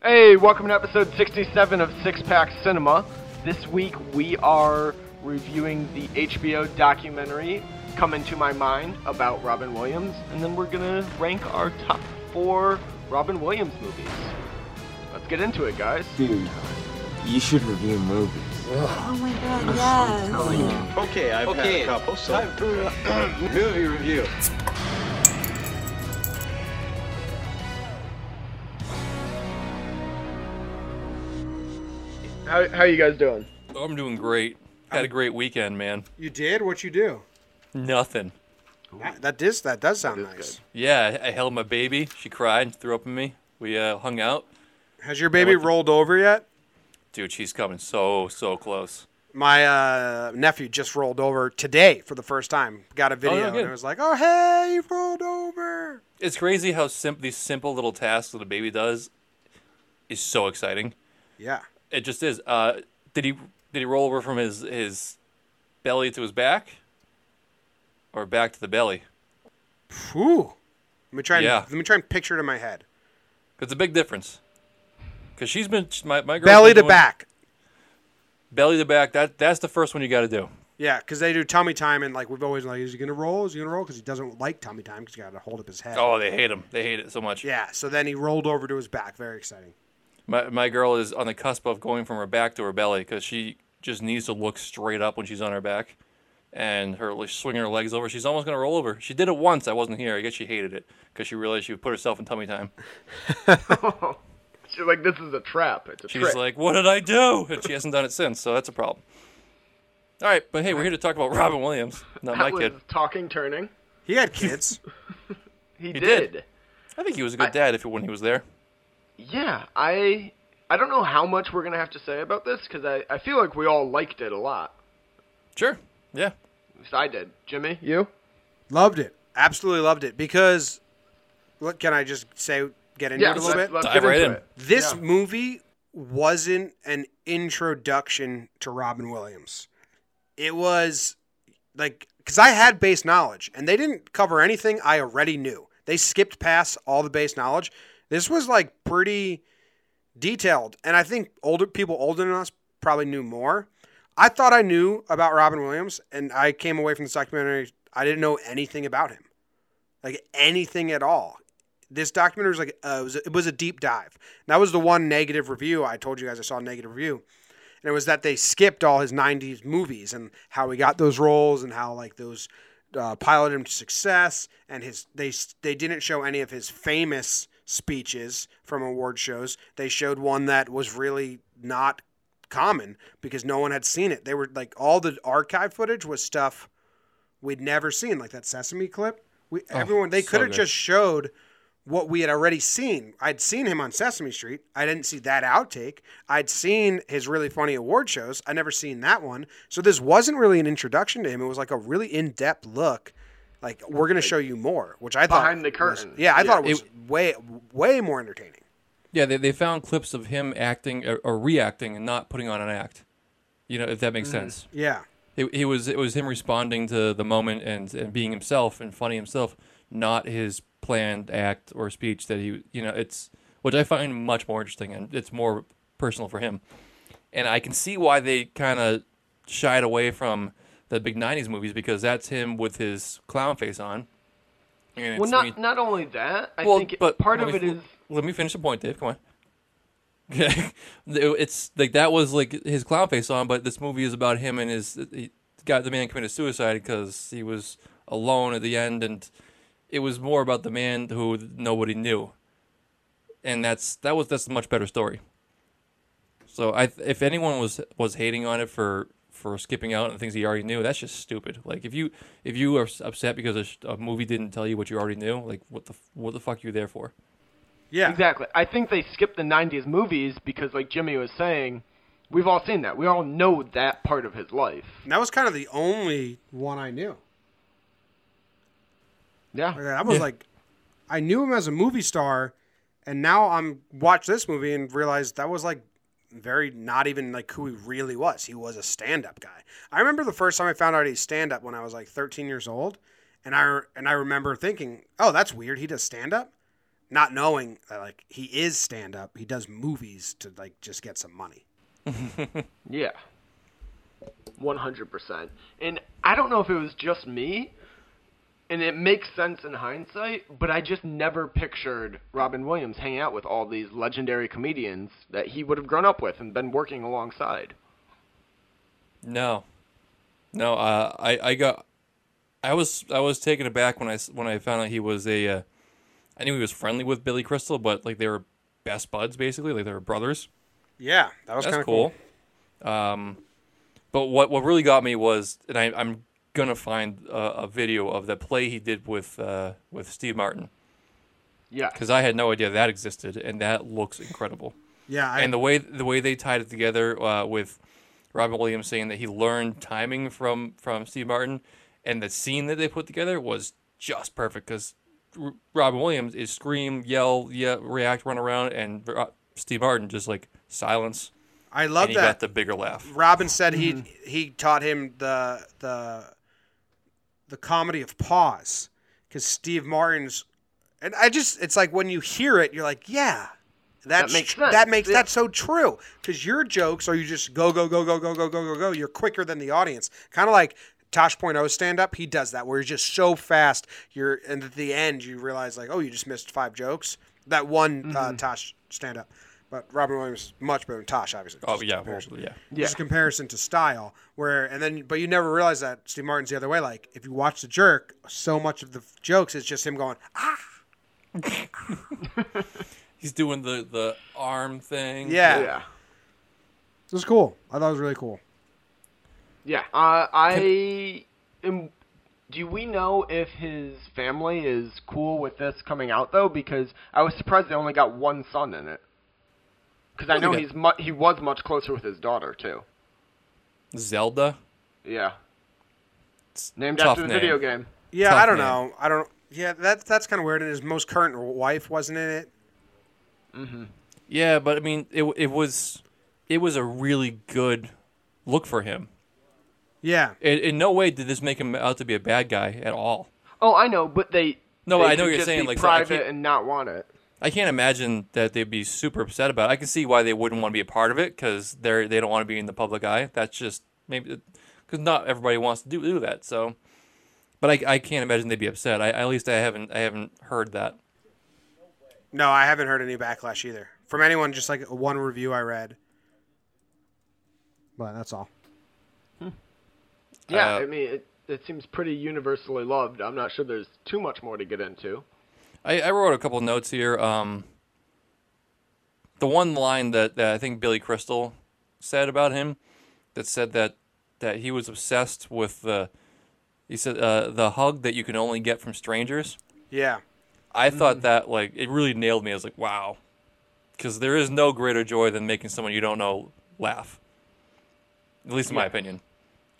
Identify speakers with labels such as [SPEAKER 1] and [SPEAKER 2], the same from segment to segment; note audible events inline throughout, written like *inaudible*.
[SPEAKER 1] Hey, welcome to episode 67 of Six Pack Cinema. This week we are reviewing the HBO documentary Come Into My Mind about Robin Williams, and then we're gonna rank our top four Robin Williams movies. Let's get into it, guys.
[SPEAKER 2] Dude, you should review movies.
[SPEAKER 3] Oh my god, yes.
[SPEAKER 4] Okay, I've had a couple, so movie review.
[SPEAKER 1] How, how you guys doing?
[SPEAKER 5] I'm doing great. Had a great weekend, man.
[SPEAKER 6] You did? What you do?
[SPEAKER 5] Nothing.
[SPEAKER 6] That, that is that does sound nice.
[SPEAKER 5] Yeah, I I held my baby. She cried, threw up on me. We uh, hung out.
[SPEAKER 6] Has your baby
[SPEAKER 5] what the-
[SPEAKER 6] rolled over yet?
[SPEAKER 5] Dude, she's coming so so close.
[SPEAKER 6] My uh, nephew just rolled over today for the first time. Got a video
[SPEAKER 5] good.
[SPEAKER 6] and it was like, "Oh hey, you rolled over."
[SPEAKER 5] It's crazy how simp these simple little tasks that a baby does is so exciting.
[SPEAKER 6] Yeah.
[SPEAKER 5] It just is. Uh, did he did he roll over from his his belly to his back, or back to the belly?
[SPEAKER 6] Ooh. Let me try. And,
[SPEAKER 5] Yeah.
[SPEAKER 6] Let me try and picture it in my head.
[SPEAKER 5] It's a big difference. Cause she's been my my girl's
[SPEAKER 6] Belly
[SPEAKER 5] been
[SPEAKER 6] to
[SPEAKER 5] doing-
[SPEAKER 6] back.
[SPEAKER 5] Belly to back. That that's the first one you got to do.
[SPEAKER 6] Yeah, because they do tummy time, and like we've always like, is he gonna roll? Is he gonna roll? Because he doesn't like tummy time because he got to hold up his head.
[SPEAKER 5] Oh, they hate him. They hate it so much.
[SPEAKER 6] Yeah. So then he rolled over to his back. Very exciting.
[SPEAKER 5] My, my girl is on the cusp of going from her back to her belly because she just needs to look straight up when she's on her back, and her like, swinging her legs over. She's almost gonna roll over. She did it once. I wasn't here. I guess she hated it because she realized she would put herself in tummy time.
[SPEAKER 1] She's like, this is a trap. It's a
[SPEAKER 5] She's
[SPEAKER 1] trick.
[SPEAKER 5] like, "What did I do?" And she hasn't done it since. So that's a problem. All right, but hey, we're here to talk about Robin Williams, not
[SPEAKER 1] that
[SPEAKER 5] my
[SPEAKER 1] was
[SPEAKER 5] kid.
[SPEAKER 1] talking turning.
[SPEAKER 6] He
[SPEAKER 5] *laughs*
[SPEAKER 6] had kids.
[SPEAKER 1] He,
[SPEAKER 5] did.
[SPEAKER 1] did.
[SPEAKER 5] I think he was a good dad if when he was there.
[SPEAKER 1] Yeah, I I don't know how much we're gonna have to say about this because I, I feel like we all liked it a lot.
[SPEAKER 5] Sure. Yeah.
[SPEAKER 1] At least I did. Jimmy, you?
[SPEAKER 6] Loved it. Absolutely loved it because look, can I just say get into it a little
[SPEAKER 1] let's-
[SPEAKER 6] bit?
[SPEAKER 1] let's
[SPEAKER 5] Dive
[SPEAKER 1] get
[SPEAKER 5] right
[SPEAKER 1] into
[SPEAKER 5] in.
[SPEAKER 1] it.
[SPEAKER 6] This
[SPEAKER 1] Yeah.
[SPEAKER 6] movie wasn't an introduction to Robin Williams. It was like cuz I had base knowledge and they didn't cover anything I already knew. They skipped past all the base knowledge. This was like pretty detailed and I think older people older than us probably knew more. I thought I knew about Robin Williams and I came away from this documentary I didn't know anything about him. Like anything at all this documentary was like uh, it, was a, it was a deep dive. And that was the one negative review I told you guys I saw a negative review, and it was that they skipped all his '90s movies and how he got those roles and how like those uh, piloted him to success and his they s- they didn't show any of his famous speeches from award shows. They showed one that was really not common because no one had seen it. They were like all the archive footage was stuff we'd never seen, like that Sesame clip. We everyone they
[SPEAKER 5] Oh, so
[SPEAKER 6] could have
[SPEAKER 5] good.
[SPEAKER 6] just showed what we had already seen. I'd seen him on Sesame Street. I didn't see that outtake. I'd seen his really funny award shows. I never seen that one. So this wasn't really an introduction to him. It was like a really in-depth look. Like we're going to show you more, which I thought
[SPEAKER 1] Behind the
[SPEAKER 6] was-
[SPEAKER 1] curtain.
[SPEAKER 6] yeah, I thought it
[SPEAKER 5] Yeah.
[SPEAKER 6] was way way more entertaining.
[SPEAKER 5] Yeah, they, they found clips of him acting or, or reacting and not putting on an act. You know, if that makes sense.
[SPEAKER 6] Yeah.
[SPEAKER 5] It, it was it was him responding to the moment and, and being himself and funny himself, not his planned act or speech that he you know it's which I find much more interesting and it's more personal for him, and I can see why they kind of shied away from the big '90s movies because that's him with his clown face on. And it's
[SPEAKER 1] Well, not
[SPEAKER 5] when you-
[SPEAKER 1] not only that, I
[SPEAKER 5] well,
[SPEAKER 1] think it-
[SPEAKER 5] but
[SPEAKER 1] part
[SPEAKER 5] let
[SPEAKER 1] of it
[SPEAKER 5] me
[SPEAKER 1] is
[SPEAKER 5] fi- Let me finish the point, Dave. Come on. *laughs* Okay, it's like that was like his clown face on, but this movie is about him and his. He got the man committed suicide because he was alone at the end, and it was more about the man who nobody knew, and that's that was that's a much better story. So I, if anyone was was hating on it for for skipping out on things he already knew, that's just stupid. Like if you if you are s- upset because a, sh- a movie didn't tell you what you already knew, like what the f- what the fuck you there for?
[SPEAKER 6] Yeah.
[SPEAKER 1] exactly. I think they skipped the '90s movies because, like Jimmy was saying, we've all seen that. We all know that part of his life.
[SPEAKER 6] And that was kind of the only one I knew. Like,
[SPEAKER 1] Yeah,
[SPEAKER 6] I was like, I knew him as a movie star, and now I'm watch this movie and realize that was like very not even like who he really was. He was a stand up guy. I remember the first time I found out he's stand up when I was like 13 years old, and I and I remember thinking, oh, that's weird. He does stand up. not knowing that like he is stand up. He does movies to like just get some money.
[SPEAKER 1] Yeah. 100%. And I don't know if it was just me, and it makes sense in hindsight, but I just never pictured Robin Williams hanging out with all these legendary comedians that he would have grown up with and been working alongside.
[SPEAKER 5] No, no. Uh, I I got. I was I was taken aback when I s- when I found out he was a. Uh, I knew he was friendly with Billy Crystal, but like they were best buds basically, like they were brothers.
[SPEAKER 6] Yeah, that was
[SPEAKER 5] That's
[SPEAKER 6] kind of
[SPEAKER 5] cool. Um, but what what really got me was, and I, I'm gonna find a, a video of that play he did with uh, with Steve Martin
[SPEAKER 1] Yeah.
[SPEAKER 5] because I had no idea that existed, and that looks incredible.
[SPEAKER 6] Yeah, I,
[SPEAKER 5] and the way the way they tied it together uh, with Robin Williams saying that he learned timing from from Steve Martin, and the scene that they put together was just perfect because R- Robin Williams is scream, yell, yeah, react, run around, and Ro- Steve Martin just like silence,
[SPEAKER 6] I love
[SPEAKER 5] and he got
[SPEAKER 6] that.
[SPEAKER 5] the bigger laugh.
[SPEAKER 6] Robin said he
[SPEAKER 5] Mm-hmm.
[SPEAKER 6] he taught him the the the comedy of pause because Steve Martin's and I just it's like when you hear it, you're like, yeah, that's,
[SPEAKER 1] makes
[SPEAKER 6] tr- That
[SPEAKER 1] sense,
[SPEAKER 6] makes
[SPEAKER 1] yeah.
[SPEAKER 6] that's so true because your jokes are you just go go go go go go go go go. You're quicker than the audience, kind of like. Tosh.0 stand up, he does that where he's just so fast. You're and at the end you realize like, oh, you just missed five jokes. That one
[SPEAKER 5] Mm-hmm.
[SPEAKER 6] uh, Tosh stand up, but Robin Williams is much better than Tosh, obviously.
[SPEAKER 5] Oh
[SPEAKER 6] just
[SPEAKER 5] yeah,
[SPEAKER 6] comparison.
[SPEAKER 5] well, yeah.
[SPEAKER 6] There's a comparison to style where and then but you never realize that Steve Martin's the other way like if you watch the jerk so much of the f- jokes is just him going ah
[SPEAKER 5] He's doing the the arm thing.
[SPEAKER 6] yeah,
[SPEAKER 1] Yeah.
[SPEAKER 6] it was cool I thought it was really cool
[SPEAKER 1] Yeah. Uh, I am. Do we know if his family is cool with this coming out though? Because I was surprised they only got one son in it. Because I
[SPEAKER 5] Well, they
[SPEAKER 1] know
[SPEAKER 5] got-
[SPEAKER 1] he's mu- he was much closer with his daughter too.
[SPEAKER 5] Zelda.
[SPEAKER 1] Yeah.
[SPEAKER 5] It's
[SPEAKER 1] Named
[SPEAKER 5] tough
[SPEAKER 1] after the
[SPEAKER 5] name.
[SPEAKER 1] video game.
[SPEAKER 6] yeah
[SPEAKER 5] Tough
[SPEAKER 6] I don't
[SPEAKER 5] man.
[SPEAKER 6] know I don't yeah that that's kind of weird and his most current wife wasn't in it
[SPEAKER 5] Yeah, but I mean, it it was it was a really good look for him.
[SPEAKER 6] yeah
[SPEAKER 5] In, in no way did this make him out to be a bad guy at all.
[SPEAKER 1] Oh, I know, but they.
[SPEAKER 5] No,
[SPEAKER 1] they
[SPEAKER 5] I
[SPEAKER 1] could
[SPEAKER 5] know what you're
[SPEAKER 1] just
[SPEAKER 5] saying,
[SPEAKER 1] Be
[SPEAKER 5] like, so I
[SPEAKER 1] private
[SPEAKER 5] can't-
[SPEAKER 1] and not want it.
[SPEAKER 5] I can't imagine that they'd be super upset about. it. I can see why they wouldn't want to be a part of it because they're they don't want to be in the public eye. That's just maybe because not everybody wants to do, do that. So, but I, I can't imagine they'd be upset. I at least I haven't I haven't heard that.
[SPEAKER 6] no I haven't heard any backlash either from anyone just like one review I read but that's all
[SPEAKER 1] Yeah,
[SPEAKER 5] Uh,
[SPEAKER 1] I mean, it, it seems pretty universally loved. I'm not sure there's too much more to get into.
[SPEAKER 5] I, I wrote a couple notes here. Um, the one line that, that I think Billy Crystal said about him, that said that that he was obsessed with the, he said uh, the hug that you can only get from strangers.
[SPEAKER 6] yeah
[SPEAKER 5] I thought that like it really nailed me. I was like, wow, because there is no greater joy than making someone you don't know laugh. At least in my opinion,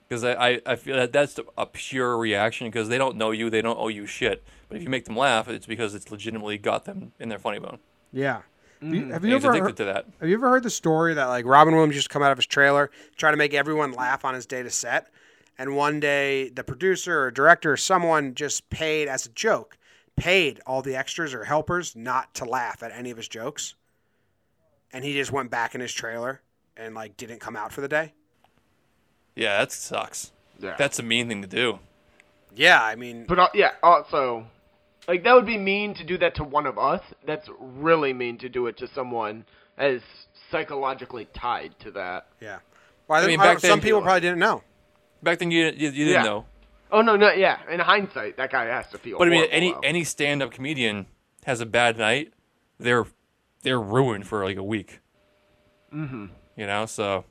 [SPEAKER 5] because I, I, I feel that that's a pure reaction because they don't know you, they don't owe you shit. But if you make them laugh, it's because it's legitimately got them in their funny bone.
[SPEAKER 6] yeah Have you- have
[SPEAKER 5] And
[SPEAKER 6] you
[SPEAKER 5] he's
[SPEAKER 6] ever
[SPEAKER 5] Mm. addicted
[SPEAKER 6] heard-
[SPEAKER 5] to that.
[SPEAKER 6] Have you ever heard the story that like Robin Williams used to come out of his trailer, try to make everyone laugh on his day to set, and one day the producer or director or someone just paid as a joke, paid all the extras or helpers not to laugh at any of his jokes, and he just went back in his trailer and like didn't come out for the day.
[SPEAKER 5] Yeah, that sucks.
[SPEAKER 1] Yeah.
[SPEAKER 5] That's a mean thing to do.
[SPEAKER 6] Yeah, I mean,
[SPEAKER 1] But uh, yeah, also, like that would be mean to do that to one of us. That's really mean to do it to someone that is psychologically tied to that.
[SPEAKER 6] yeah. Well, I,
[SPEAKER 5] mean,
[SPEAKER 6] I don't-
[SPEAKER 5] back then-
[SPEAKER 6] some people probably didn't know.
[SPEAKER 5] Back then, you didn't- you, you didn't
[SPEAKER 1] Yeah.
[SPEAKER 5] know.
[SPEAKER 1] Oh no, no, yeah. In hindsight, that guy has to feel.
[SPEAKER 5] But I mean,
[SPEAKER 1] horrible,
[SPEAKER 5] any
[SPEAKER 1] though.
[SPEAKER 5] any stand up comedian has a bad night, they're they're ruined for like a week. Mm-hmm. You know, so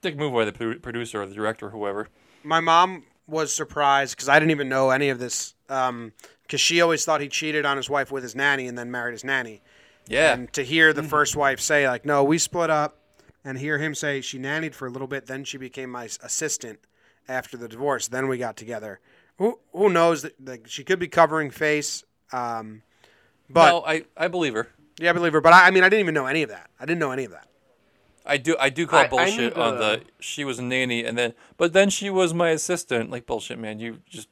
[SPEAKER 5] they can move away the pro- producer or the director or whoever.
[SPEAKER 6] my mom was surprised because I didn't even know any of this. Because she always thought he cheated on his wife with his nanny and then married his nanny.
[SPEAKER 5] Yeah, Mm-hmm.
[SPEAKER 6] And to hear the first wife say, like, no, we split up, and hear him say she nannied for a little bit, then she became my s- assistant after the divorce, then we got together. Who, who knows? That, like, she could be covering face. Um, but
[SPEAKER 5] no, I, I believe her.
[SPEAKER 6] yeah, I believe her. But I, I mean, I didn't even know any of that. I didn't know any of that.
[SPEAKER 5] I do I do call
[SPEAKER 1] I- I
[SPEAKER 5] bullshit
[SPEAKER 1] knew
[SPEAKER 5] on
[SPEAKER 1] the-
[SPEAKER 5] the she was a nanny and then but then she was my assistant like bullshit man you just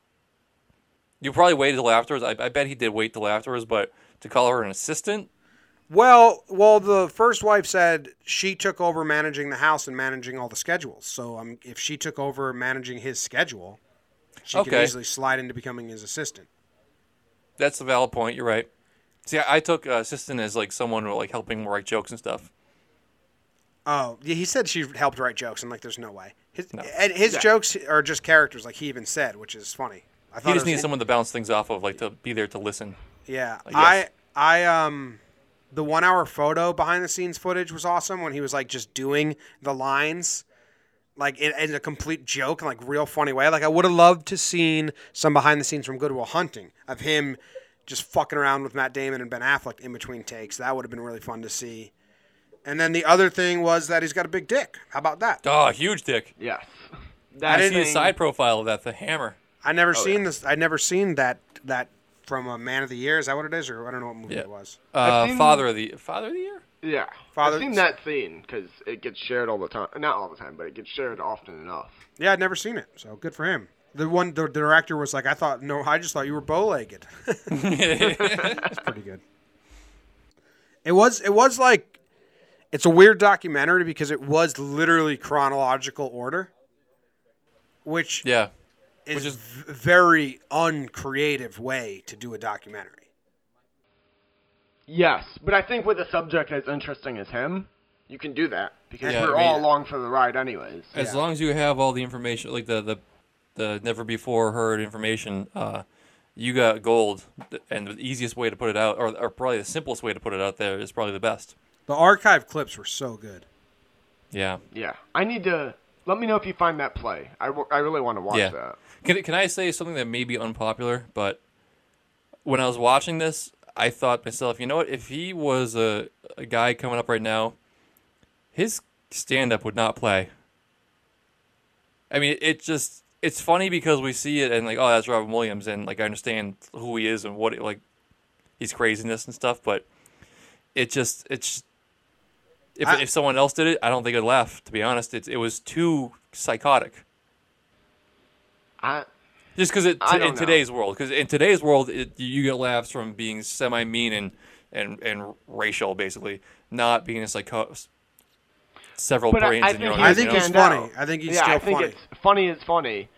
[SPEAKER 5] you probably waited till afterwards I, I bet he did wait till afterwards but to call her an assistant.
[SPEAKER 6] Well, well, the first wife said she took over managing the house and managing all the schedules. So, um, if she took over managing his schedule, she could
[SPEAKER 5] Okay.
[SPEAKER 6] easily slide into becoming his assistant.
[SPEAKER 5] That's a valid point. You're right. See, I, I took uh, assistant as like someone who like helping write jokes and stuff.
[SPEAKER 6] Oh, yeah, he said she helped write jokes, and like, there's no way. His, And his jokes are just characters, like he even said, which is funny. I thought
[SPEAKER 5] He
[SPEAKER 6] it
[SPEAKER 5] just
[SPEAKER 6] was-
[SPEAKER 5] needs someone to bounce things off of, like to be there to listen.
[SPEAKER 6] Yeah, I,
[SPEAKER 5] guess.
[SPEAKER 6] I, um, the one hour photo behind the scenes footage was awesome when he was like just doing the lines, like in, in a complete joke and like real funny way. Like I would have loved to seen some behind the scenes from Goodwill Hunting of him just fucking around with Matt Damon and Ben Affleck in between takes. That would have been really fun to see. And then the other thing was that he's got a big dick. How about that?
[SPEAKER 5] Oh, huge dick. *laughs*
[SPEAKER 1] Yes.
[SPEAKER 5] I
[SPEAKER 1] That
[SPEAKER 5] see the
[SPEAKER 1] thing-
[SPEAKER 5] side profile of that. The hammer.
[SPEAKER 6] I never seen this. I never seen that that from a Man of the Year. Is that what it is, or I don't know what movie
[SPEAKER 5] Yeah.
[SPEAKER 6] it was.
[SPEAKER 5] Uh,
[SPEAKER 1] seen-
[SPEAKER 5] Father of the Father of the
[SPEAKER 6] *laughs*
[SPEAKER 5] Year. *laughs*
[SPEAKER 1] Yeah.
[SPEAKER 6] Father-
[SPEAKER 1] I've seen that scene because it gets shared all the time. Not all the time, but it gets shared often enough.
[SPEAKER 6] Yeah, I'd never seen it, so good for him. The one the director was like, I thought no, I just thought you were bow legged. That's pretty good. *laughs* It was it was like it's a weird documentary because it was literally chronological order, which
[SPEAKER 5] Yeah.
[SPEAKER 6] is,
[SPEAKER 5] which is-
[SPEAKER 6] v- very uncreative way to do a documentary.
[SPEAKER 1] Yes, but I think with a subject as interesting as him, you can do that because
[SPEAKER 5] Yeah,
[SPEAKER 1] we're
[SPEAKER 5] I mean-
[SPEAKER 1] all along for the ride, anyways.
[SPEAKER 5] As long as you have all the information, like the the, the never before heard information, uh, you got gold. And the easiest way to put it out, or, or probably the simplest way to put it out there, is probably the best.
[SPEAKER 6] The archive clips were so good.
[SPEAKER 5] Yeah.
[SPEAKER 1] Yeah. I need to. Let me know if you find that play. I, w- I really want to watch
[SPEAKER 5] Yeah.
[SPEAKER 1] that.
[SPEAKER 5] Can can I say something that may be unpopular? But when I was watching this, I thought to myself, you know what? If he was a, a guy coming up right now, his stand up would not play. I mean, it just it's funny because we see it and like, oh, that's Robin Williams, and like I understand who he is and what it, like his craziness and stuff, but it just it's if,
[SPEAKER 6] I-
[SPEAKER 5] if someone else did it, I don't think I'd laugh. To be honest, it it was too psychotic
[SPEAKER 1] I,
[SPEAKER 5] just because it
[SPEAKER 1] I
[SPEAKER 5] t-
[SPEAKER 1] don't
[SPEAKER 5] in
[SPEAKER 1] know.
[SPEAKER 5] today's world because in today's world it, you get laughs from being semi mean and and and racial basically not being a psycho several
[SPEAKER 1] But I-
[SPEAKER 5] brains
[SPEAKER 1] I
[SPEAKER 5] in your
[SPEAKER 1] think
[SPEAKER 5] own
[SPEAKER 1] he-
[SPEAKER 5] head,
[SPEAKER 6] I
[SPEAKER 1] He's
[SPEAKER 6] think
[SPEAKER 5] you
[SPEAKER 6] he's
[SPEAKER 1] stand
[SPEAKER 6] funny.
[SPEAKER 1] out.
[SPEAKER 6] I think he's
[SPEAKER 1] yeah,
[SPEAKER 6] still
[SPEAKER 1] I think
[SPEAKER 6] funny.
[SPEAKER 1] it's funny is funny,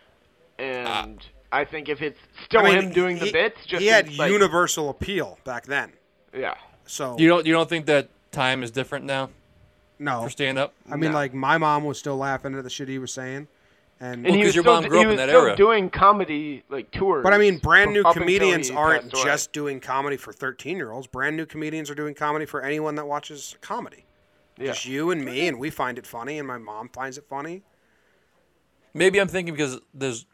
[SPEAKER 1] and I think if it's still
[SPEAKER 6] I mean,
[SPEAKER 1] him doing the
[SPEAKER 6] he-
[SPEAKER 1] bits, just
[SPEAKER 6] he had
[SPEAKER 1] in, like,
[SPEAKER 6] universal appeal back then.
[SPEAKER 1] Yeah,
[SPEAKER 6] So
[SPEAKER 5] know? you don't you don't think that time is different now
[SPEAKER 6] no
[SPEAKER 5] for stand up
[SPEAKER 6] I mean,
[SPEAKER 1] No.
[SPEAKER 6] like my mom was still laughing at the shit he was saying,
[SPEAKER 1] and
[SPEAKER 6] and,
[SPEAKER 1] he
[SPEAKER 5] 'cause
[SPEAKER 1] was
[SPEAKER 5] your
[SPEAKER 1] still,
[SPEAKER 5] mom grew up
[SPEAKER 1] he
[SPEAKER 5] in
[SPEAKER 1] was
[SPEAKER 5] that
[SPEAKER 1] still
[SPEAKER 5] era.
[SPEAKER 1] doing comedy like tours.
[SPEAKER 6] but I mean, brand new
[SPEAKER 1] up until he
[SPEAKER 6] comedians aren't
[SPEAKER 1] passed away.
[SPEAKER 6] just doing comedy for thirteen-year-olds. Brand new comedians are doing comedy for anyone that watches comedy.
[SPEAKER 1] Yeah.
[SPEAKER 6] Just you and me, and we find it funny, and my mom finds it funny.
[SPEAKER 5] maybe I'm thinking because there's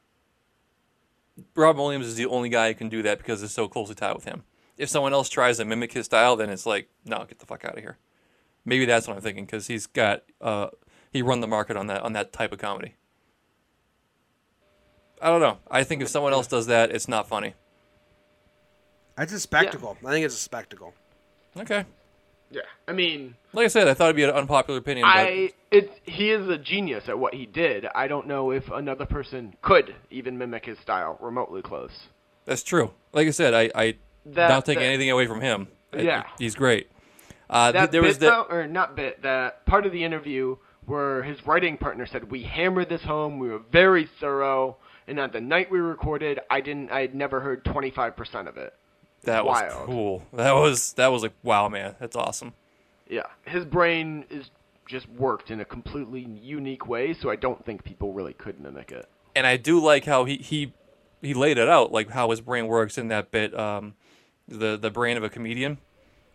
[SPEAKER 5] Rob Williams is the only guy who can do that because it's so closely tied with him if someone else tries to mimic his style then it's like no get the fuck out of here maybe that's what I'm thinking because he's got uh he run the market on that on that type of comedy. I don't know. I think if someone else does that, it's not funny.
[SPEAKER 6] It's a spectacle. I think it's a spectacle.
[SPEAKER 5] Okay.
[SPEAKER 1] Yeah, I mean,
[SPEAKER 5] Like I said, I thought it'd be an unpopular opinion. But
[SPEAKER 1] I it he is a genius at what he did. I don't know if another person could even mimic his style remotely close.
[SPEAKER 5] That's true. Like I said, I, I
[SPEAKER 1] That-
[SPEAKER 5] don't take
[SPEAKER 1] that-
[SPEAKER 5] anything away from him. I-
[SPEAKER 1] Yeah.
[SPEAKER 5] he's great. Uh, th-
[SPEAKER 1] That
[SPEAKER 5] there
[SPEAKER 1] bit
[SPEAKER 5] was that.
[SPEAKER 1] though, or not bit that part of the interview where his writing partner said we hammered this home. We were very thorough, and on the night we recorded, I didn't. I had never heard twenty five percent of it.
[SPEAKER 5] That was
[SPEAKER 1] wild.
[SPEAKER 5] cool. That was that was like wow, man. That's awesome.
[SPEAKER 1] Yeah, his brain is just worked in a completely unique way, so I don't think people really could mimic it.
[SPEAKER 5] and I do like how he he he laid it out like how his brain works in that bit um the the brain of a comedian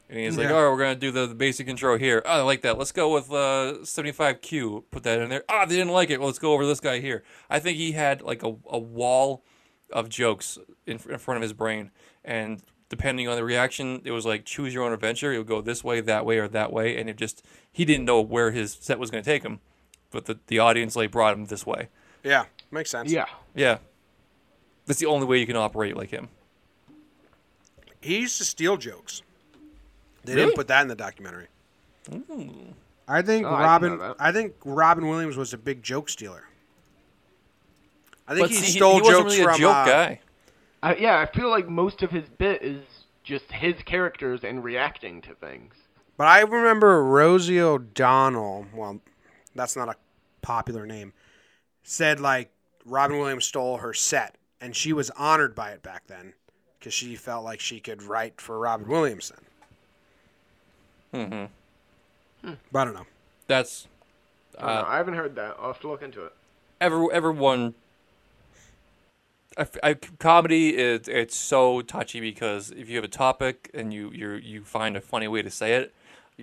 [SPEAKER 5] and he's like
[SPEAKER 6] Yeah.
[SPEAKER 5] all right we're gonna do the, the basic intro here oh, I like that let's go with uh 75q put that in there ah they didn't like it well, let's go over this guy here I think he had like a, a wall of jokes in, fr- in front of his brain and depending on the reaction it was like choose your own adventure it would go this way that way or that way and it just he didn't know where his set was gonna take him but the, the audience like brought him this way
[SPEAKER 6] Yeah, makes sense.
[SPEAKER 1] Yeah,
[SPEAKER 5] yeah. That's the only way you can operate like him.
[SPEAKER 6] he used to steal jokes. They
[SPEAKER 5] Really?
[SPEAKER 6] didn't put that in the documentary. I think
[SPEAKER 1] Oh, I didn't
[SPEAKER 6] Robin.
[SPEAKER 1] know that.
[SPEAKER 6] I, think Robin Williams was a big joke stealer. I think
[SPEAKER 5] But
[SPEAKER 6] he
[SPEAKER 5] see,
[SPEAKER 6] stole
[SPEAKER 5] he wasn't
[SPEAKER 6] jokes
[SPEAKER 5] really a
[SPEAKER 6] from
[SPEAKER 5] joke
[SPEAKER 6] uh,
[SPEAKER 5] guy.
[SPEAKER 1] I, yeah. I feel like most of his bit is just his characters and reacting to things.
[SPEAKER 6] But I remember Rosie O'Donnell, well, that's not a popular name, said like Robin Williams stole her set and she was honored by it back then because she felt like she could write for Robin Williams then.
[SPEAKER 5] Mhm.
[SPEAKER 6] But I don't know.
[SPEAKER 5] That's
[SPEAKER 1] I don't know, I haven't heard that. I'll have to look into it.
[SPEAKER 5] every everyone. I, f- I- comedy is it's so touchy because if you have a topic and you you you find a funny way to say it,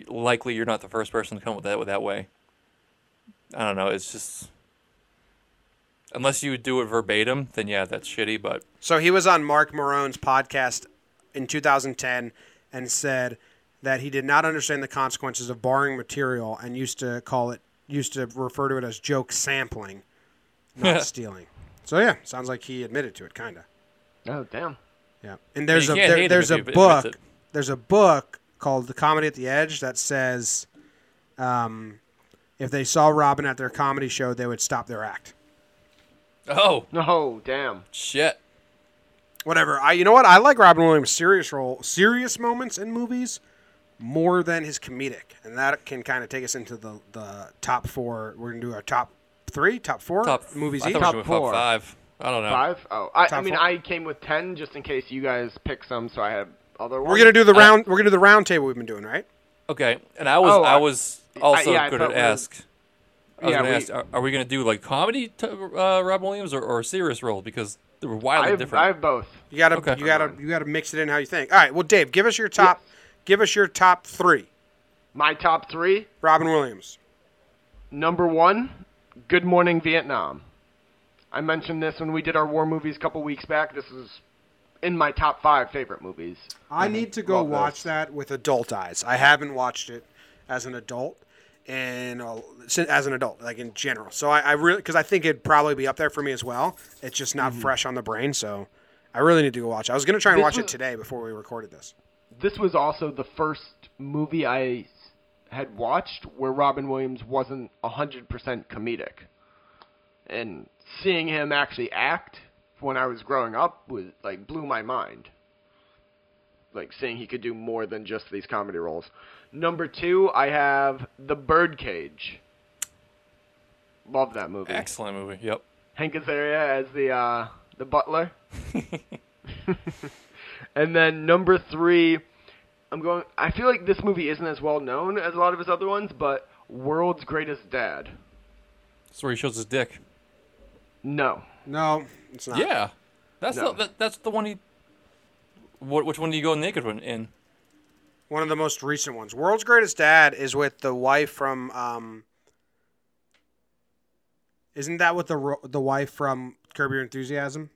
[SPEAKER 5] likely you're not the first person to come with that with that way. I don't know. It's just unless you do it verbatim, then yeah, that's shitty. But
[SPEAKER 6] So he was on Mark Marone's podcast in 2010 and said that he did not understand the consequences of borrowing material and used to call it used to refer to it as joke sampling, not stealing. So yeah, sounds like he admitted to it kind of.
[SPEAKER 1] Oh damn.
[SPEAKER 6] Yeah. And there's
[SPEAKER 5] you
[SPEAKER 6] a
[SPEAKER 5] can't hate
[SPEAKER 6] there,
[SPEAKER 5] him
[SPEAKER 6] there's
[SPEAKER 5] if
[SPEAKER 6] a
[SPEAKER 5] he admits
[SPEAKER 6] book
[SPEAKER 5] it.
[SPEAKER 6] there's a book called The Comedy at the Edge that says um, if they saw Robin at their comedy show, they would stop their act.
[SPEAKER 5] oh
[SPEAKER 1] No damn.
[SPEAKER 5] shit,
[SPEAKER 6] whatever. I you know what? I like Robin Williams' serious role, serious moments in movies more than his comedic, and that can kind of take us into the the top four. We're gonna do our top three, top four
[SPEAKER 5] top
[SPEAKER 6] movies
[SPEAKER 5] I
[SPEAKER 6] each.
[SPEAKER 5] thought we were doing
[SPEAKER 1] four.
[SPEAKER 5] top five. I don't know.
[SPEAKER 1] Five? Oh, I, I
[SPEAKER 6] Top
[SPEAKER 1] mean,
[SPEAKER 6] four.
[SPEAKER 1] I came with ten just in case you guys pick some, so I have other ones.
[SPEAKER 6] We're gonna
[SPEAKER 5] Uh,
[SPEAKER 6] do the round. We're gonna do the round table we've been doing, right?
[SPEAKER 5] Okay, and I was
[SPEAKER 1] Oh,
[SPEAKER 5] I
[SPEAKER 1] I-
[SPEAKER 5] was also
[SPEAKER 1] yeah, I
[SPEAKER 5] going
[SPEAKER 1] thought we
[SPEAKER 5] to
[SPEAKER 1] were-
[SPEAKER 5] ask. I was
[SPEAKER 1] Yeah,
[SPEAKER 5] going
[SPEAKER 1] we-
[SPEAKER 5] to ask: are, are we going to do like comedy to, uh, Rob Williams or, or serious roles because they were
[SPEAKER 1] I
[SPEAKER 5] wildly
[SPEAKER 1] have,
[SPEAKER 5] different?
[SPEAKER 1] I have both.
[SPEAKER 6] You gotta
[SPEAKER 5] Okay.
[SPEAKER 6] you gotta you gotta mix it in how you think. All right. Well, Dave, give us your top. Give us your top three.
[SPEAKER 1] My top three.
[SPEAKER 6] Robin Williams.
[SPEAKER 1] Number one, Good Morning Vietnam. I mentioned this when we did our war movies a couple weeks back. This is in my top five favorite movies.
[SPEAKER 6] I need to go
[SPEAKER 1] Love
[SPEAKER 6] watch
[SPEAKER 1] those.
[SPEAKER 6] that with adult eyes. I haven't watched it as an adult and uh, sin- as an adult, like in general. So I, I really, because I think it'd probably be up there for me as well. It's just
[SPEAKER 1] Mm-hmm.
[SPEAKER 6] not fresh on the brain, so I really need to go watch. it. I was gonna try and
[SPEAKER 1] This
[SPEAKER 6] watch it
[SPEAKER 1] was-
[SPEAKER 6] today before we recorded this.
[SPEAKER 1] This was also the first movie I s- had watched where Robin Williams wasn't 100% comedic. And seeing him actually act when I was growing up was like blew my mind. Like seeing he could do more than just these comedy roles. Number two, I have The Birdcage. Love that movie.
[SPEAKER 5] Excellent movie. Yep.
[SPEAKER 1] Hank Azaria as the uh, the
[SPEAKER 6] *laughs*
[SPEAKER 1] butler. and then number three, I'm going. I feel like this movie isn't as well known as a lot of his other ones, but World's Greatest Dad.
[SPEAKER 5] That's where he shows his dick.
[SPEAKER 1] No,
[SPEAKER 6] No, it's not.
[SPEAKER 5] Yeah, that's
[SPEAKER 1] Uh, No.
[SPEAKER 5] the that, that's the one he. What which one do you go naked one in?
[SPEAKER 6] One of the most recent ones. World's Greatest Dad is with the wife from. Um, isn't that with the ro- the wife from Curb Your Enthusiasm,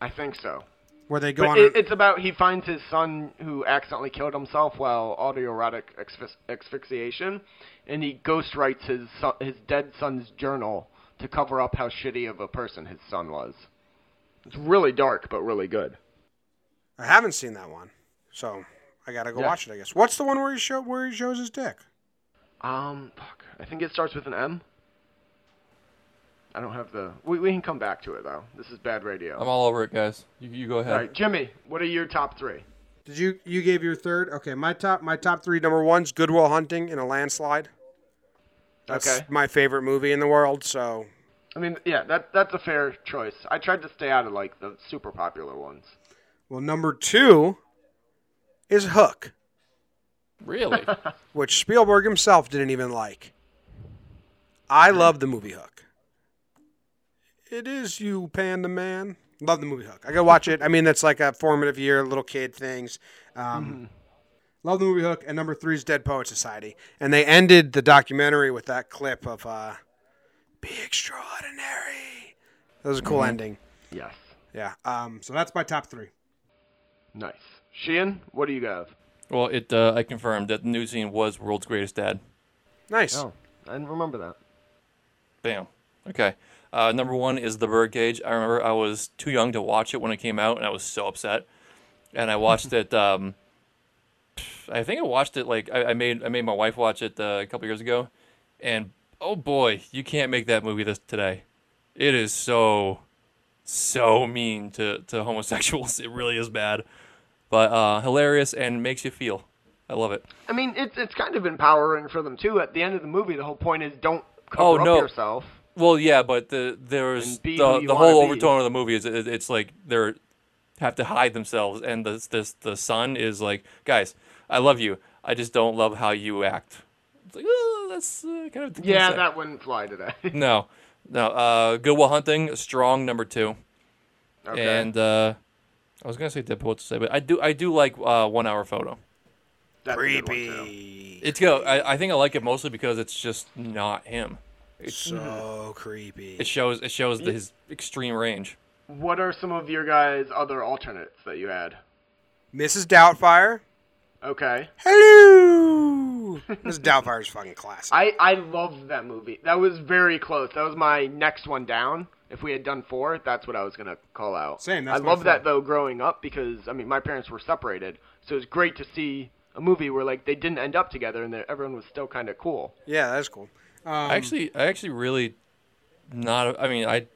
[SPEAKER 1] I think so.
[SPEAKER 6] where they go
[SPEAKER 1] But
[SPEAKER 6] on?
[SPEAKER 1] it,
[SPEAKER 6] an-
[SPEAKER 1] it's about he finds his son who accidentally killed himself while autoerotic asphyx- asphyxiation, and he ghostwrites his son, his dead son's journal to cover up how shitty of a person his son was. It's really dark, but really good.
[SPEAKER 6] I haven't seen that one, so I gotta go
[SPEAKER 1] Yeah.
[SPEAKER 6] watch it. I guess. What's the one where he show where he shows his dick?
[SPEAKER 1] Um, fuck. I think it starts with an M. I don't have the. We, we can come back to it though. This is bad radio.
[SPEAKER 5] I'm all over it, guys. You, you go ahead.
[SPEAKER 1] all right, Jimmy. What are your top three?
[SPEAKER 6] Did you you gave your third? Okay, my top my top three. Number one's Goodwill Hunting in a landslide. That's
[SPEAKER 1] Okay.
[SPEAKER 6] my favorite movie in the world. So
[SPEAKER 1] I mean, yeah, that that's a fair choice. I tried to stay out of like the super popular ones.
[SPEAKER 6] well, number two is Hook,
[SPEAKER 1] *laughs*
[SPEAKER 5] Really?
[SPEAKER 6] which Spielberg himself didn't even like. I love the movie Hook. It is you, Panda Man. Love the movie Hook. I go watch it. I mean, that's like a formative year, little kid things. Um, Love the movie Hook, and number three is Dead Poet Society. And they ended the documentary with that clip of uh, "Be Extraordinary." That was a cool ending.
[SPEAKER 1] Yes.
[SPEAKER 6] Yeah. Um. So that's my top three.
[SPEAKER 1] Nice. Sheehan, what do you have?
[SPEAKER 5] well, it uh, I confirmed that the new scene was World's Greatest Dad.
[SPEAKER 6] Nice.
[SPEAKER 1] Oh, I didn't remember that.
[SPEAKER 5] Bam. Okay. Uh, number one is The Birdcage. I remember I was too young to watch it when it came out, and I was so upset. And I watched it. Um, I think I watched it like I, I made I made my wife watch it uh, a couple years ago, and oh boy, you can't make that movie this today. It is *laughs* so so mean to to homosexuals. It really is bad. but uh, hilarious and makes you feel. I love it.
[SPEAKER 1] I mean, it's it's kind of empowering for them too. At the end of the movie, the whole point is don't cover
[SPEAKER 5] Oh,
[SPEAKER 1] up
[SPEAKER 5] no.
[SPEAKER 1] yourself.
[SPEAKER 5] Well, yeah, but the there's
[SPEAKER 1] And be
[SPEAKER 5] the,
[SPEAKER 1] who you
[SPEAKER 5] the whole
[SPEAKER 1] wanna be.
[SPEAKER 5] overtone of the movie is it, it's like they're have to hide themselves, and the this the son is like, guys, I love you, I just don't love how you act. It's like, oh, that's uh, kind of
[SPEAKER 1] Yeah,
[SPEAKER 5] sick.
[SPEAKER 1] that wouldn't fly today. *laughs*
[SPEAKER 5] no, no. Uh, Goodwill Hunting, strong number two,
[SPEAKER 1] okay.
[SPEAKER 5] and uh, I was gonna say Deadpool to say, but I do I do like uh, One Hour Photo.
[SPEAKER 1] That's a good one, too.
[SPEAKER 6] Creepy.
[SPEAKER 5] It's go. I, I think I like it mostly because it's just not him.
[SPEAKER 6] So creepy.
[SPEAKER 5] It shows it shows the, his extreme range.
[SPEAKER 1] What are some of your guys' other alternates that you had?
[SPEAKER 6] Mrs. Doubtfire.
[SPEAKER 1] Okay.
[SPEAKER 6] *laughs* Hello. Mrs. Doubtfire's fucking classic.
[SPEAKER 1] I, I loved that movie. That was very close. That was my next one down. If we had done four, that's what I was gonna call out.
[SPEAKER 6] Same, that's
[SPEAKER 1] I
[SPEAKER 6] my
[SPEAKER 1] loved that
[SPEAKER 6] four.
[SPEAKER 1] though growing up because I mean my parents were separated, so it was great to see a movie where like they didn't end up together and that everyone was still kind of cool.
[SPEAKER 6] yeah, that's cool. Um,
[SPEAKER 5] I actually, I actually really not. I mean, I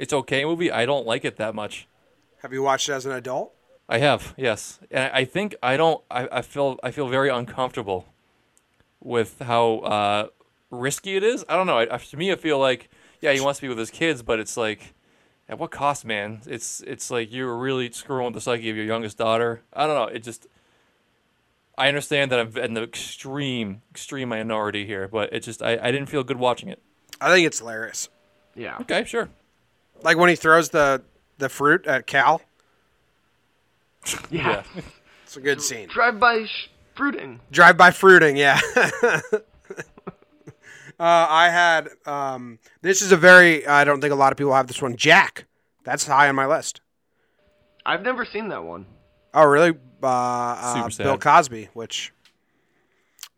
[SPEAKER 5] it's okay movie. I don't like it that much.
[SPEAKER 6] have you watched it as an adult?
[SPEAKER 5] I have yes, and I I think I don't. I, I feel I feel very uncomfortable with how uh, risky it is. I don't know. I, I, to me, I feel like yeah, he wants to be with his kids, but it's like at what cost, man? It's it's like you're really screwing with the psyche of your youngest daughter. I don't know. It just I understand that I'm in the extreme extreme minority here, but it just I, I didn't feel good watching it.
[SPEAKER 6] I think it's hilarious.
[SPEAKER 1] Yeah.
[SPEAKER 5] Okay, sure.
[SPEAKER 6] Like when he throws the the fruit at Cal.
[SPEAKER 5] *laughs*
[SPEAKER 1] Yeah.
[SPEAKER 6] It's a good scene.
[SPEAKER 1] Drive by sh- fruiting.
[SPEAKER 6] Drive by fruiting, yeah. *laughs* uh, I had um, this is a very I don't think a lot of people have this one. Jack, that's high on my list.
[SPEAKER 1] I've never seen that one.
[SPEAKER 6] Oh really? Uh, uh,
[SPEAKER 5] Super sad.
[SPEAKER 6] Bill Cosby, which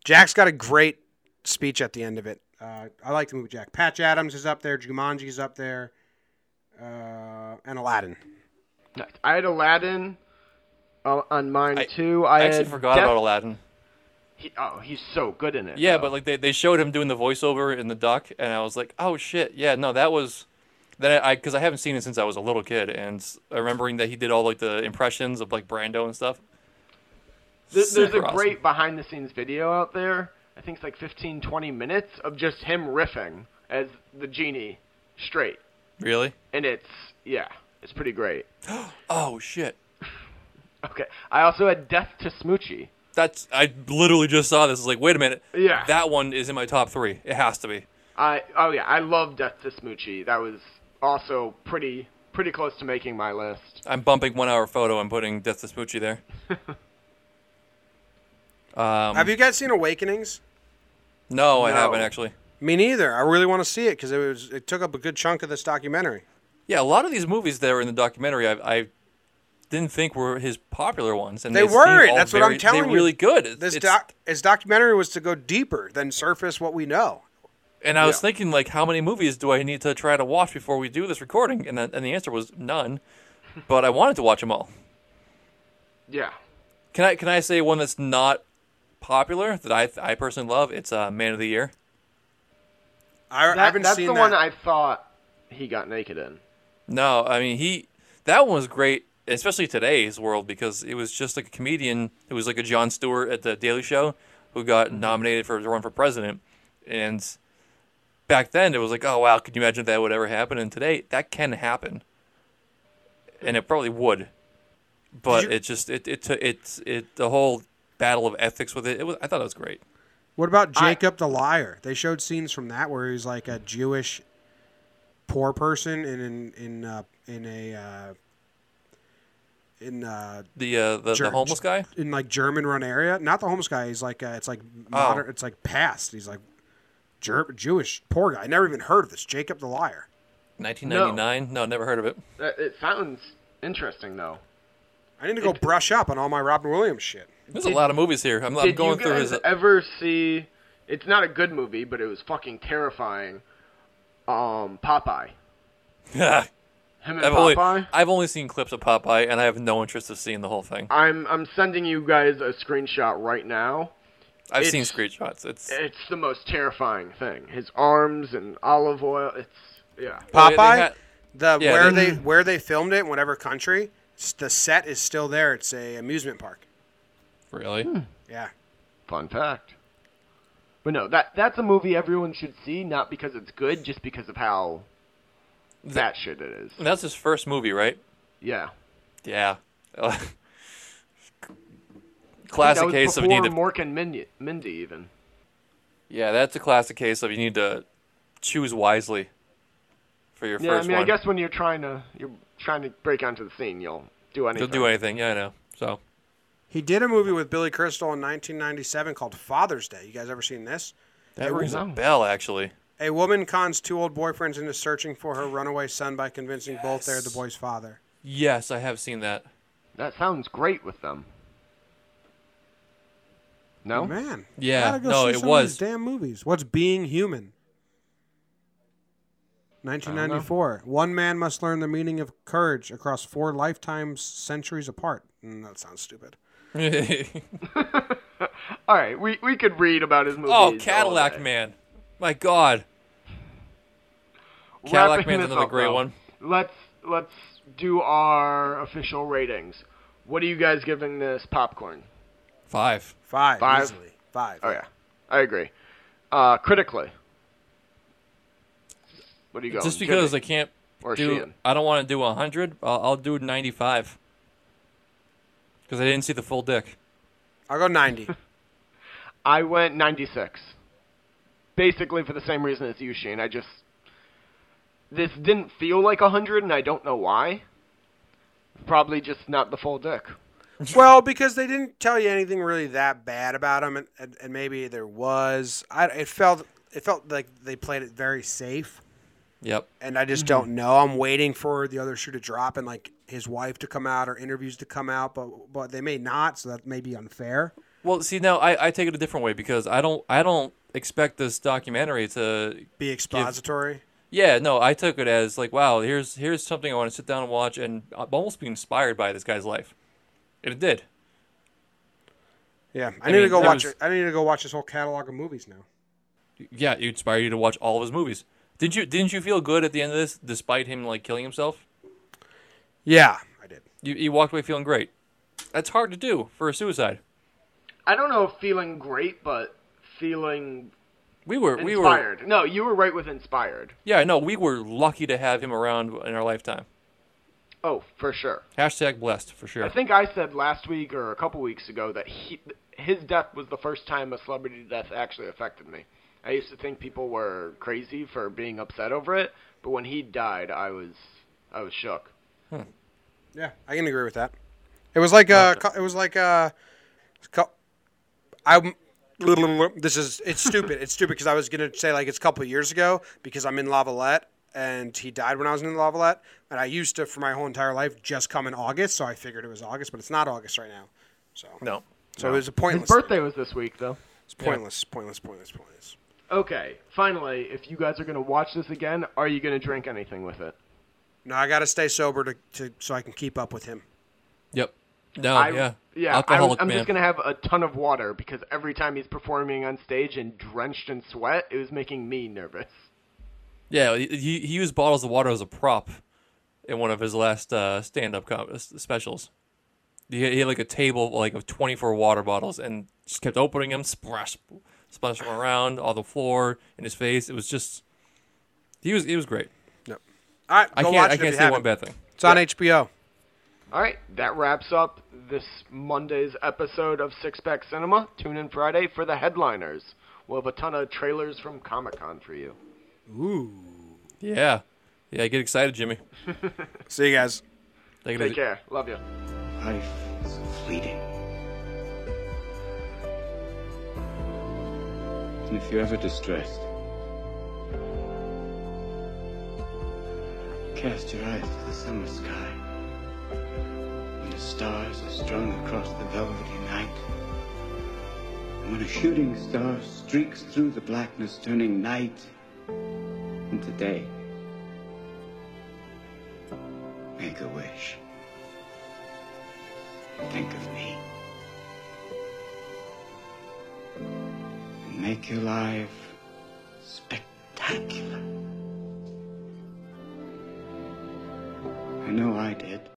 [SPEAKER 6] Jack's got a great speech at the end of it. Uh, I like the movie Jack. Patch Adams is up there. Jumanji's up there, uh, and Aladdin.
[SPEAKER 1] Nice. I had Aladdin uh, on mine
[SPEAKER 5] I-
[SPEAKER 1] too.
[SPEAKER 5] I,
[SPEAKER 1] I,
[SPEAKER 5] actually
[SPEAKER 1] had
[SPEAKER 5] forgot
[SPEAKER 1] Def-
[SPEAKER 5] about Aladdin.
[SPEAKER 1] He, oh, he's so good in it.
[SPEAKER 5] Yeah,
[SPEAKER 1] though.
[SPEAKER 5] but like they, they showed him doing the voiceover in the doc, and I was like, oh shit, yeah, no, that was then I because I, haven't seen it since I was a little kid, and s- remembering that he did all like the impressions of like Brando and stuff.
[SPEAKER 1] Th- there's a
[SPEAKER 5] Super awesome.
[SPEAKER 1] great behind the scenes video out there. I think it's like 15, 20 minutes of just him riffing as the genie straight.
[SPEAKER 5] Really?
[SPEAKER 1] And it's, yeah, it's pretty great.
[SPEAKER 5] Oh shit,
[SPEAKER 1] Okay. I also had Death to Smoochie.
[SPEAKER 5] that's I literally just saw this. I was like, wait a minute,
[SPEAKER 1] Yeah.
[SPEAKER 5] that one is in my top three. It has to be.
[SPEAKER 1] I, oh yeah, I love Death to Smoochie. That was also pretty, pretty close to making my list.
[SPEAKER 5] I'm bumping one hour photo and putting Death to Smoochie there. um,
[SPEAKER 6] Have you guys seen Awakenings?
[SPEAKER 5] no, I
[SPEAKER 1] No.
[SPEAKER 5] haven't actually.
[SPEAKER 6] Me neither. I really want to see it because it was it took up a good chunk of this documentary.
[SPEAKER 5] Yeah, a lot of these movies that were in the documentary, I, I didn't think were his popular ones, and
[SPEAKER 6] They
[SPEAKER 5] they seem
[SPEAKER 6] weren't.
[SPEAKER 5] all
[SPEAKER 6] That's what I'm
[SPEAKER 5] very-
[SPEAKER 6] telling
[SPEAKER 5] They're
[SPEAKER 6] you.
[SPEAKER 5] really good. It-
[SPEAKER 6] This
[SPEAKER 5] it's-
[SPEAKER 6] doc, his documentary was to go deeper than surface what we know.
[SPEAKER 5] and I was
[SPEAKER 1] yeah.
[SPEAKER 5] thinking, like, how many movies do I need to try to watch before we do this recording? And that, and the answer was none. But I wanted to watch them all.
[SPEAKER 1] Yeah.
[SPEAKER 5] Can I can I say one that's not popular that I I personally love? It's uh, Man of the Year.
[SPEAKER 6] I, I
[SPEAKER 1] That,
[SPEAKER 6] haven't
[SPEAKER 1] that's
[SPEAKER 6] seen
[SPEAKER 1] the
[SPEAKER 6] that.
[SPEAKER 1] one I thought he got naked in.
[SPEAKER 5] No, I mean he that one was great, especially today's world because it was just like a comedian. It was like a John Stewart at the Daily Show who got
[SPEAKER 1] Mm-hmm.
[SPEAKER 5] nominated for to run for president, and back then it was like, oh wow, could you imagine if that would ever happen? And today that can happen, and it probably would, but
[SPEAKER 6] you-
[SPEAKER 5] it just it it took it's it the whole battle of ethics with it. It was I thought it was great.
[SPEAKER 6] What about Jacob the Liar? They showed scenes from that where he's like a Jewish poor person in in in uh, in a uh, in uh,
[SPEAKER 5] The uh, the,
[SPEAKER 6] Sure.
[SPEAKER 5] the homeless guy.
[SPEAKER 6] in like German run area. Not the homeless guy. He's like uh, it's like
[SPEAKER 5] Oh.
[SPEAKER 6] modern. It's like past. He's like Jer- Jewish poor guy. I never even heard of this. Jacob the Liar.
[SPEAKER 5] 1999. No, never heard of it.
[SPEAKER 1] That- Uh, It sounds interesting though.
[SPEAKER 6] I need to go brush up on all my Robin Williams shit.
[SPEAKER 5] There's a lot of movies here. I'm, I'm
[SPEAKER 1] Did
[SPEAKER 5] going
[SPEAKER 1] you
[SPEAKER 5] through
[SPEAKER 1] guys
[SPEAKER 5] his.
[SPEAKER 1] ever see? It's not a good movie, but it was fucking terrifying. Um, Popeye. *laughs*
[SPEAKER 5] *laughs*
[SPEAKER 1] Him and
[SPEAKER 5] I've only,
[SPEAKER 1] Popeye.
[SPEAKER 5] I've only seen clips of Popeye, and I have no interest of seeing the whole thing.
[SPEAKER 1] I'm I'm sending you guys a screenshot right now.
[SPEAKER 5] I've seen
[SPEAKER 1] it's-
[SPEAKER 5] screenshots. It's
[SPEAKER 1] It's the most terrifying thing. His arms and olive oil. It's yeah.
[SPEAKER 5] Well, they- they
[SPEAKER 6] Popeye,
[SPEAKER 5] had-
[SPEAKER 6] the
[SPEAKER 5] Oh, yeah,
[SPEAKER 6] where
[SPEAKER 5] they- *clears throat*
[SPEAKER 6] they where they filmed it, in whatever country, S- The set is still there. It's a amusement park.
[SPEAKER 5] Really?
[SPEAKER 1] Hmm.
[SPEAKER 6] Yeah.
[SPEAKER 1] Fun fact. But no, that that's a movie everyone should see, not because it's good, just because of how that shit it is.
[SPEAKER 5] That's his first movie, right?
[SPEAKER 1] Yeah.
[SPEAKER 5] Yeah. *laughs*
[SPEAKER 1] That
[SPEAKER 5] classic
[SPEAKER 1] was
[SPEAKER 5] case of
[SPEAKER 1] before
[SPEAKER 5] need to.
[SPEAKER 1] Mork and Mindy, Mindy even.
[SPEAKER 5] yeah, that's a classic case of you need to choose wisely for your
[SPEAKER 1] Yeah, I
[SPEAKER 5] first
[SPEAKER 1] mean,
[SPEAKER 5] one.
[SPEAKER 1] I guess when you're trying to you're trying to break onto the scene, you'll do anything.
[SPEAKER 5] You'll do anything. Yeah, I know. So
[SPEAKER 6] He did a movie with Billy Crystal in 1997 called Father's Day. You guys ever seen this?
[SPEAKER 5] that rings a
[SPEAKER 1] no.
[SPEAKER 5] bell, actually.
[SPEAKER 6] A woman cons two old boyfriends into searching for her runaway son by convincing both they're the boy's father.
[SPEAKER 5] Yes, I have seen that. *laughs*
[SPEAKER 1] That sounds great with them. No,
[SPEAKER 6] Man.
[SPEAKER 5] Oh. Yeah,
[SPEAKER 6] gotta go
[SPEAKER 5] no,
[SPEAKER 6] see
[SPEAKER 5] it
[SPEAKER 6] some of
[SPEAKER 5] was.
[SPEAKER 6] these damn movies. What's Being Human? 1994. One man must learn the meaning of courage across four lifetimes, centuries apart. Mm, that sounds stupid.
[SPEAKER 1] all right, we we could read about his movies. all
[SPEAKER 5] oh, Cadillac
[SPEAKER 1] day.
[SPEAKER 5] Man. My God.
[SPEAKER 1] Wrapping
[SPEAKER 5] Cadillac Man's
[SPEAKER 1] this
[SPEAKER 5] another
[SPEAKER 1] up,
[SPEAKER 5] great
[SPEAKER 1] though,
[SPEAKER 5] one.
[SPEAKER 1] Let's let's do our official ratings. What are you guys giving this popcorn?
[SPEAKER 5] Five.
[SPEAKER 6] Five.
[SPEAKER 1] Five?
[SPEAKER 6] Easily. Five.
[SPEAKER 1] Oh yeah, I agree. Uh, critically, what do you go?
[SPEAKER 5] Just because
[SPEAKER 1] Jimmy
[SPEAKER 5] I can't
[SPEAKER 1] or
[SPEAKER 5] do,
[SPEAKER 1] Sheehan?
[SPEAKER 5] I don't want to do 100. I'll, I'll do 95. Because I didn't see the full dick.
[SPEAKER 6] I'll go 90.
[SPEAKER 1] I went 96. Basically for the same reason as you, Shane. I just this didn't feel like 100, and I don't know why. Probably just not the full dick.
[SPEAKER 6] well, because they didn't tell you anything really that bad about him, and, and, and maybe there was. I, it felt it felt like they played it very safe,
[SPEAKER 5] Yep.
[SPEAKER 6] and I
[SPEAKER 5] Mm-hmm.
[SPEAKER 6] just don't know. I'm waiting for the other shoe to drop and like his wife to come out or interviews to come out, but but they may not, so that may be unfair.
[SPEAKER 5] Well, see, now I, I take it a different way because I don't I don't expect this documentary to.
[SPEAKER 6] Be expository.
[SPEAKER 5] Yeah, no, I took it as like, wow, here's here's something I want to sit down and watch and I'll almost be inspired by this guy's life. And it did.
[SPEAKER 6] Yeah, I,
[SPEAKER 5] I
[SPEAKER 6] need to
[SPEAKER 5] mean,
[SPEAKER 6] go
[SPEAKER 5] there
[SPEAKER 6] watch.
[SPEAKER 5] was-
[SPEAKER 6] it. I need to go watch this whole catalog of movies now.
[SPEAKER 5] Yeah, it inspired you to watch all of his movies. Did you didn't you feel good at the end of this, despite him like killing himself?
[SPEAKER 6] Yeah, I did.
[SPEAKER 5] You you walked away feeling great. That's hard to do for a suicide.
[SPEAKER 1] I don't know if feeling great, but feeling
[SPEAKER 5] We were we were
[SPEAKER 1] inspired. No, you were right with inspired.
[SPEAKER 5] Yeah, no, we were lucky to have him around in our lifetime.
[SPEAKER 1] Oh, for sure.
[SPEAKER 5] Hashtag blessed for sure.
[SPEAKER 1] I think I said last week or a couple weeks ago that he, his death was the first time a celebrity death actually affected me. I used to think people were crazy for being upset over it, but when he died, I was I was shook.
[SPEAKER 6] Yeah, I can agree with that. It was like uh, co- it was like uh, co- I'm. This is it's stupid. It's stupid because I was gonna say like it's a couple of years ago because I'm in Lavalette and he died when I was in Lavalette and I used to for my whole entire life just come in August, so I figured it was August, but it's not August right now. So
[SPEAKER 5] no.
[SPEAKER 6] so it was a pointless.
[SPEAKER 1] Birthday was this week, though.
[SPEAKER 6] It's pointless, pointless, pointless, pointless.
[SPEAKER 1] Okay, finally, if you guys are gonna watch this again, are you gonna drink anything with it?
[SPEAKER 6] No, I gotta stay sober to, to so I can keep up with him.
[SPEAKER 5] Yep. No,
[SPEAKER 1] I,
[SPEAKER 5] yeah.
[SPEAKER 1] yeah.
[SPEAKER 5] Alcoholic
[SPEAKER 1] I, am
[SPEAKER 5] man.
[SPEAKER 1] just gonna have a ton of water because every time he's performing on stage and drenched in sweat, it was making me nervous.
[SPEAKER 5] Yeah, he, he he used bottles of water as a prop in one of his last uh, stand-up com- s- specials. He, he had like a table like of 24 water bottles and just kept opening them, splash, splash them around all the floor in his face. It was just he was he was great.
[SPEAKER 6] All right, go
[SPEAKER 5] I
[SPEAKER 6] watch
[SPEAKER 5] can't
[SPEAKER 6] it
[SPEAKER 5] I
[SPEAKER 6] if
[SPEAKER 5] can't
[SPEAKER 6] you
[SPEAKER 5] say one
[SPEAKER 6] haven't.
[SPEAKER 5] bad thing.
[SPEAKER 6] It's on HBO.
[SPEAKER 1] All right, that wraps up this Monday's episode of Six Pack Cinema. Tune in Friday for the headliners. We'll have a ton of trailers from Comic Con for you.
[SPEAKER 5] Yeah, yeah. Get excited, Jimmy.
[SPEAKER 6] See you guys.
[SPEAKER 5] Take it
[SPEAKER 1] Take
[SPEAKER 5] easy.
[SPEAKER 1] care. Love you.
[SPEAKER 4] Life is fleeting.
[SPEAKER 2] And if you're ever distressed,
[SPEAKER 4] Cast your eyes to the summer sky. When the stars are strung across the velvety night. And when a shooting star streaks through the blackness, turning night into day. Make a wish. Think of me. And make your life spectacular.